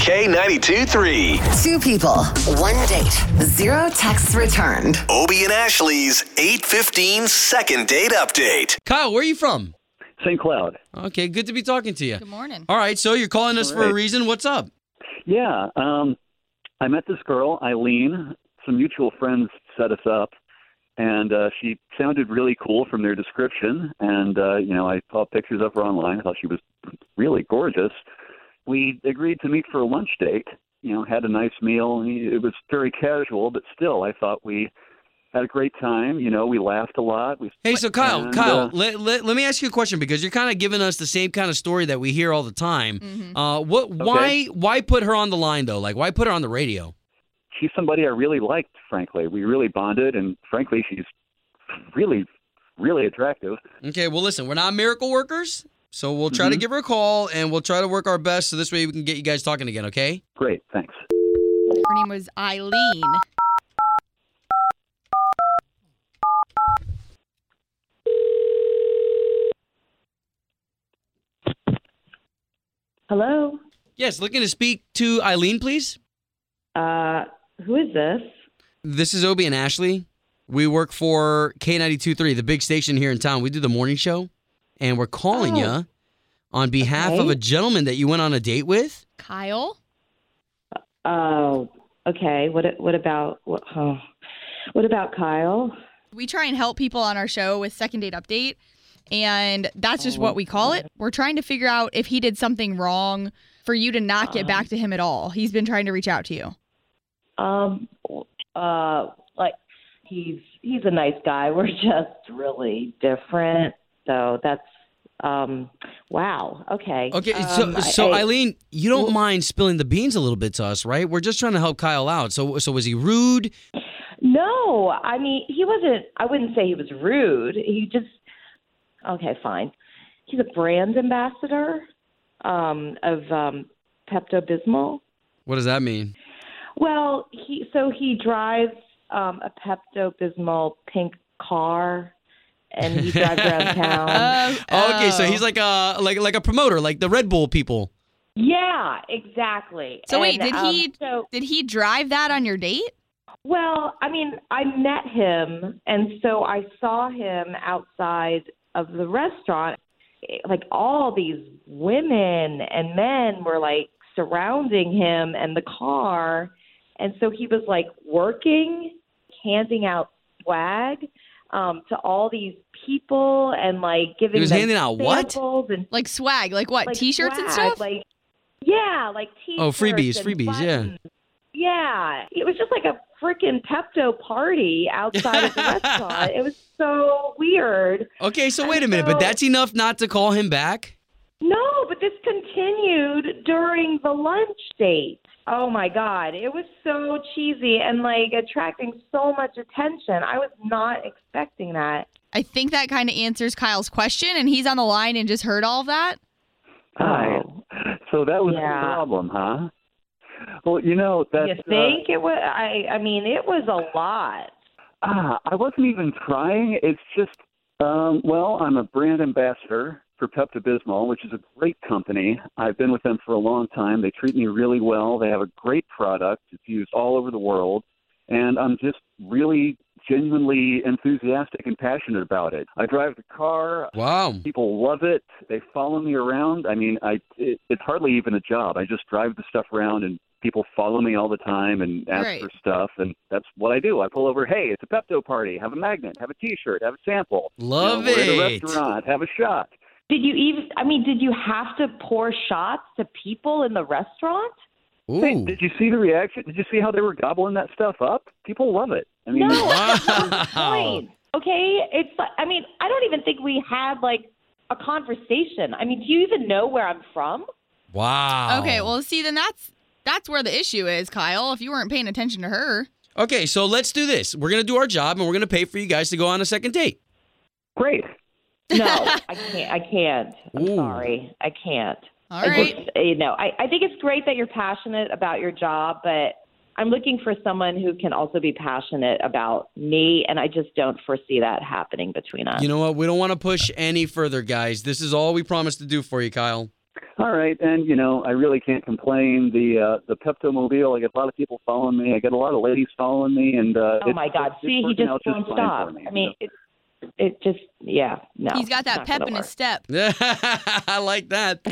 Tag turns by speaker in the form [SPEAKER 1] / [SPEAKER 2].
[SPEAKER 1] K92 3.
[SPEAKER 2] Two people, one date, zero texts returned.
[SPEAKER 1] Obie and Ashley's 815 second date update.
[SPEAKER 3] Kyle, where are you from?
[SPEAKER 4] St. Cloud.
[SPEAKER 3] Okay, good to be talking to you.
[SPEAKER 5] Good morning.
[SPEAKER 3] All right, so you're calling us for a
[SPEAKER 4] Right.
[SPEAKER 3] reason. What's up?
[SPEAKER 4] Yeah, um, I met this girl, Eileen. Some mutual friends set us up, and uh, she sounded really cool from their description. And uh, you know, I saw pictures of her online. I thought she was really gorgeous. We agreed to meet for a lunch date. You know, had a nice meal. It was very casual, but still, I thought we had a great time. You know, we laughed a lot. We
[SPEAKER 3] Hey, so Kyle,
[SPEAKER 4] And,
[SPEAKER 3] Kyle,
[SPEAKER 4] uh,
[SPEAKER 3] let, let, let me ask you a question because you're kind of giving us the same kind of story that we hear all the time.
[SPEAKER 5] Mm-hmm.
[SPEAKER 3] Uh, what? Why? Why put her on the line though? Like, why put her on the radio?
[SPEAKER 4] she's somebody I really liked, frankly. We really bonded, and frankly, she's really, really attractive.
[SPEAKER 3] Okay, well, listen, we're not miracle workers, so we'll try to give her a call and we'll try to work our best so this way we can get you guys talking again. Okay?
[SPEAKER 4] Great, thanks.
[SPEAKER 6] Oh.
[SPEAKER 5] Her name was Eileen.
[SPEAKER 6] Hello.
[SPEAKER 3] Yes, looking to speak to Eileen, please.
[SPEAKER 6] Uh, who is this?
[SPEAKER 3] This is Obie and Ashley. We work for K92.3, the big station here in town. We do the morning show, and we're calling
[SPEAKER 6] Oh.
[SPEAKER 3] you on behalf of
[SPEAKER 6] Okay.
[SPEAKER 3] a gentleman that you went on a date with.
[SPEAKER 5] Kyle?
[SPEAKER 6] Oh, okay. What? What about? What, oh, what about Kyle?
[SPEAKER 5] We try and help people on our show with second date update, and that's just what we call it. We're trying to figure out if he did something wrong for you to not get back to him at all. He's been trying to reach out to you.
[SPEAKER 6] Um, uh, like he's he's a nice guy. We're just really different. So that's um. Wow. Okay.
[SPEAKER 3] Okay,
[SPEAKER 6] Um,
[SPEAKER 3] so
[SPEAKER 6] I-
[SPEAKER 3] so
[SPEAKER 6] I-
[SPEAKER 3] Eileen, you don't mind spilling the beans a little bit to us, right? We're just trying to help Kyle out. So so was he rude?
[SPEAKER 6] No, I mean he wasn't. I wouldn't say he was rude. He just okay, fine. He's a brand ambassador um, of um, Pepto Bismol.
[SPEAKER 3] What does that mean?
[SPEAKER 6] Well, he so he drives um, a Pepto Bismol pink car, and he drives around town.
[SPEAKER 3] okay, so he's like a like like a promoter, like the Red Bull people.
[SPEAKER 6] Yeah, exactly.
[SPEAKER 5] So wait,
[SPEAKER 6] And,
[SPEAKER 5] did
[SPEAKER 6] um,
[SPEAKER 5] he-
[SPEAKER 6] So
[SPEAKER 5] Did he drive that on your date?
[SPEAKER 6] Well, I mean, I met him, and so I saw him outside of the restaurant. Like all these women and men were like surrounding him and the car, and so he was like working, handing out swag um, to all these people, and like giving.
[SPEAKER 3] He was
[SPEAKER 6] them
[SPEAKER 3] handing out what?
[SPEAKER 6] samples And
[SPEAKER 5] Like swag, like what?
[SPEAKER 6] like,
[SPEAKER 5] T-shirts and
[SPEAKER 6] swag,
[SPEAKER 5] stuff?
[SPEAKER 6] Like, yeah, like t-shirts.
[SPEAKER 3] Oh, freebies,
[SPEAKER 6] and
[SPEAKER 3] freebies, yeah.
[SPEAKER 6] buttons. Yeah, it was just like a freaking Pepto party outside of the restaurant. It was so weird.
[SPEAKER 3] Okay, so
[SPEAKER 6] And
[SPEAKER 3] wait a minute, but
[SPEAKER 6] so-
[SPEAKER 3] that's enough not to call him back.
[SPEAKER 6] No, but this continued during the lunch date. Oh my god, it was so cheesy and like attracting so much attention. I was not expecting that.
[SPEAKER 5] I think that kind of answers Kyle's question, and he's on the line and just heard all of that.
[SPEAKER 4] Hi. So that was
[SPEAKER 6] Yeah.
[SPEAKER 4] the problem, huh? Well, you know that's.
[SPEAKER 6] you
[SPEAKER 4] uh,
[SPEAKER 6] think it was? I I mean, it was a lot.
[SPEAKER 4] ah, I wasn't even trying. It's just, um, well, I'm a brand ambassador for Pepto Bismol, which is a great company. I've been with them for a long time. They treat me really well. They have a great product. It's used all over the world, and I'm just really genuinely enthusiastic and passionate about it. I drive the car.
[SPEAKER 3] Wow.
[SPEAKER 4] People love it. They follow me around. I mean, I it, it's hardly even a job. I just drive the stuff around, and people follow me all the time and ask
[SPEAKER 5] Right.
[SPEAKER 4] for stuff, and that's what I do. I pull over. Hey, it's a Pepto party. Have a magnet. Have a T-shirt. Have a sample.
[SPEAKER 3] Love
[SPEAKER 4] you know, We're at a
[SPEAKER 3] it.
[SPEAKER 4] restaurant. Have a shot.
[SPEAKER 6] Did you even? I mean, did you have to pour shots to people in the restaurant?
[SPEAKER 4] Hey,
[SPEAKER 3] Ooh.
[SPEAKER 4] did you see the reaction? Did you see how they were gobbling that stuff up? People love it. I mean,
[SPEAKER 6] No.
[SPEAKER 3] Wow.
[SPEAKER 6] Fine. Okay. It's. like- I mean, I don't even think we had like a conversation. I mean, do you even know where I'm from?
[SPEAKER 3] Wow.
[SPEAKER 5] Okay, well, see, then that's that's where the issue is, Kyle. If you weren't paying attention to her,
[SPEAKER 3] Okay, so let's do this. We're gonna do our job and we're gonna pay for you guys to go on a second date.
[SPEAKER 4] great.
[SPEAKER 6] No, I can't. I can't. I'm
[SPEAKER 3] Ooh.
[SPEAKER 6] sorry. I can't.
[SPEAKER 5] all
[SPEAKER 6] I
[SPEAKER 5] right.
[SPEAKER 6] just- you know, I, I think it's great that you're passionate about your job, but I'm looking for someone who can also be passionate about me, and I just don't foresee that happening between us.
[SPEAKER 3] You know what? We don't want to push any further, guys. This is all we promised to do for you, Kyle.
[SPEAKER 4] All right, and you know, I really can't complain. The uh, the Pepto Mobile, I get a lot of people following me. I get a lot of ladies following me, and uh,
[SPEAKER 6] Oh my God!
[SPEAKER 4] it's- it's
[SPEAKER 6] See, he
[SPEAKER 4] working
[SPEAKER 6] just
[SPEAKER 4] out
[SPEAKER 6] won't
[SPEAKER 4] fine
[SPEAKER 6] stop.
[SPEAKER 4] for me,
[SPEAKER 6] I mean, it, it just yeah. No,
[SPEAKER 5] He's got
[SPEAKER 6] it's
[SPEAKER 5] that
[SPEAKER 6] not
[SPEAKER 5] pep
[SPEAKER 6] gonna
[SPEAKER 5] in his
[SPEAKER 6] work.
[SPEAKER 5] step.
[SPEAKER 3] I like that.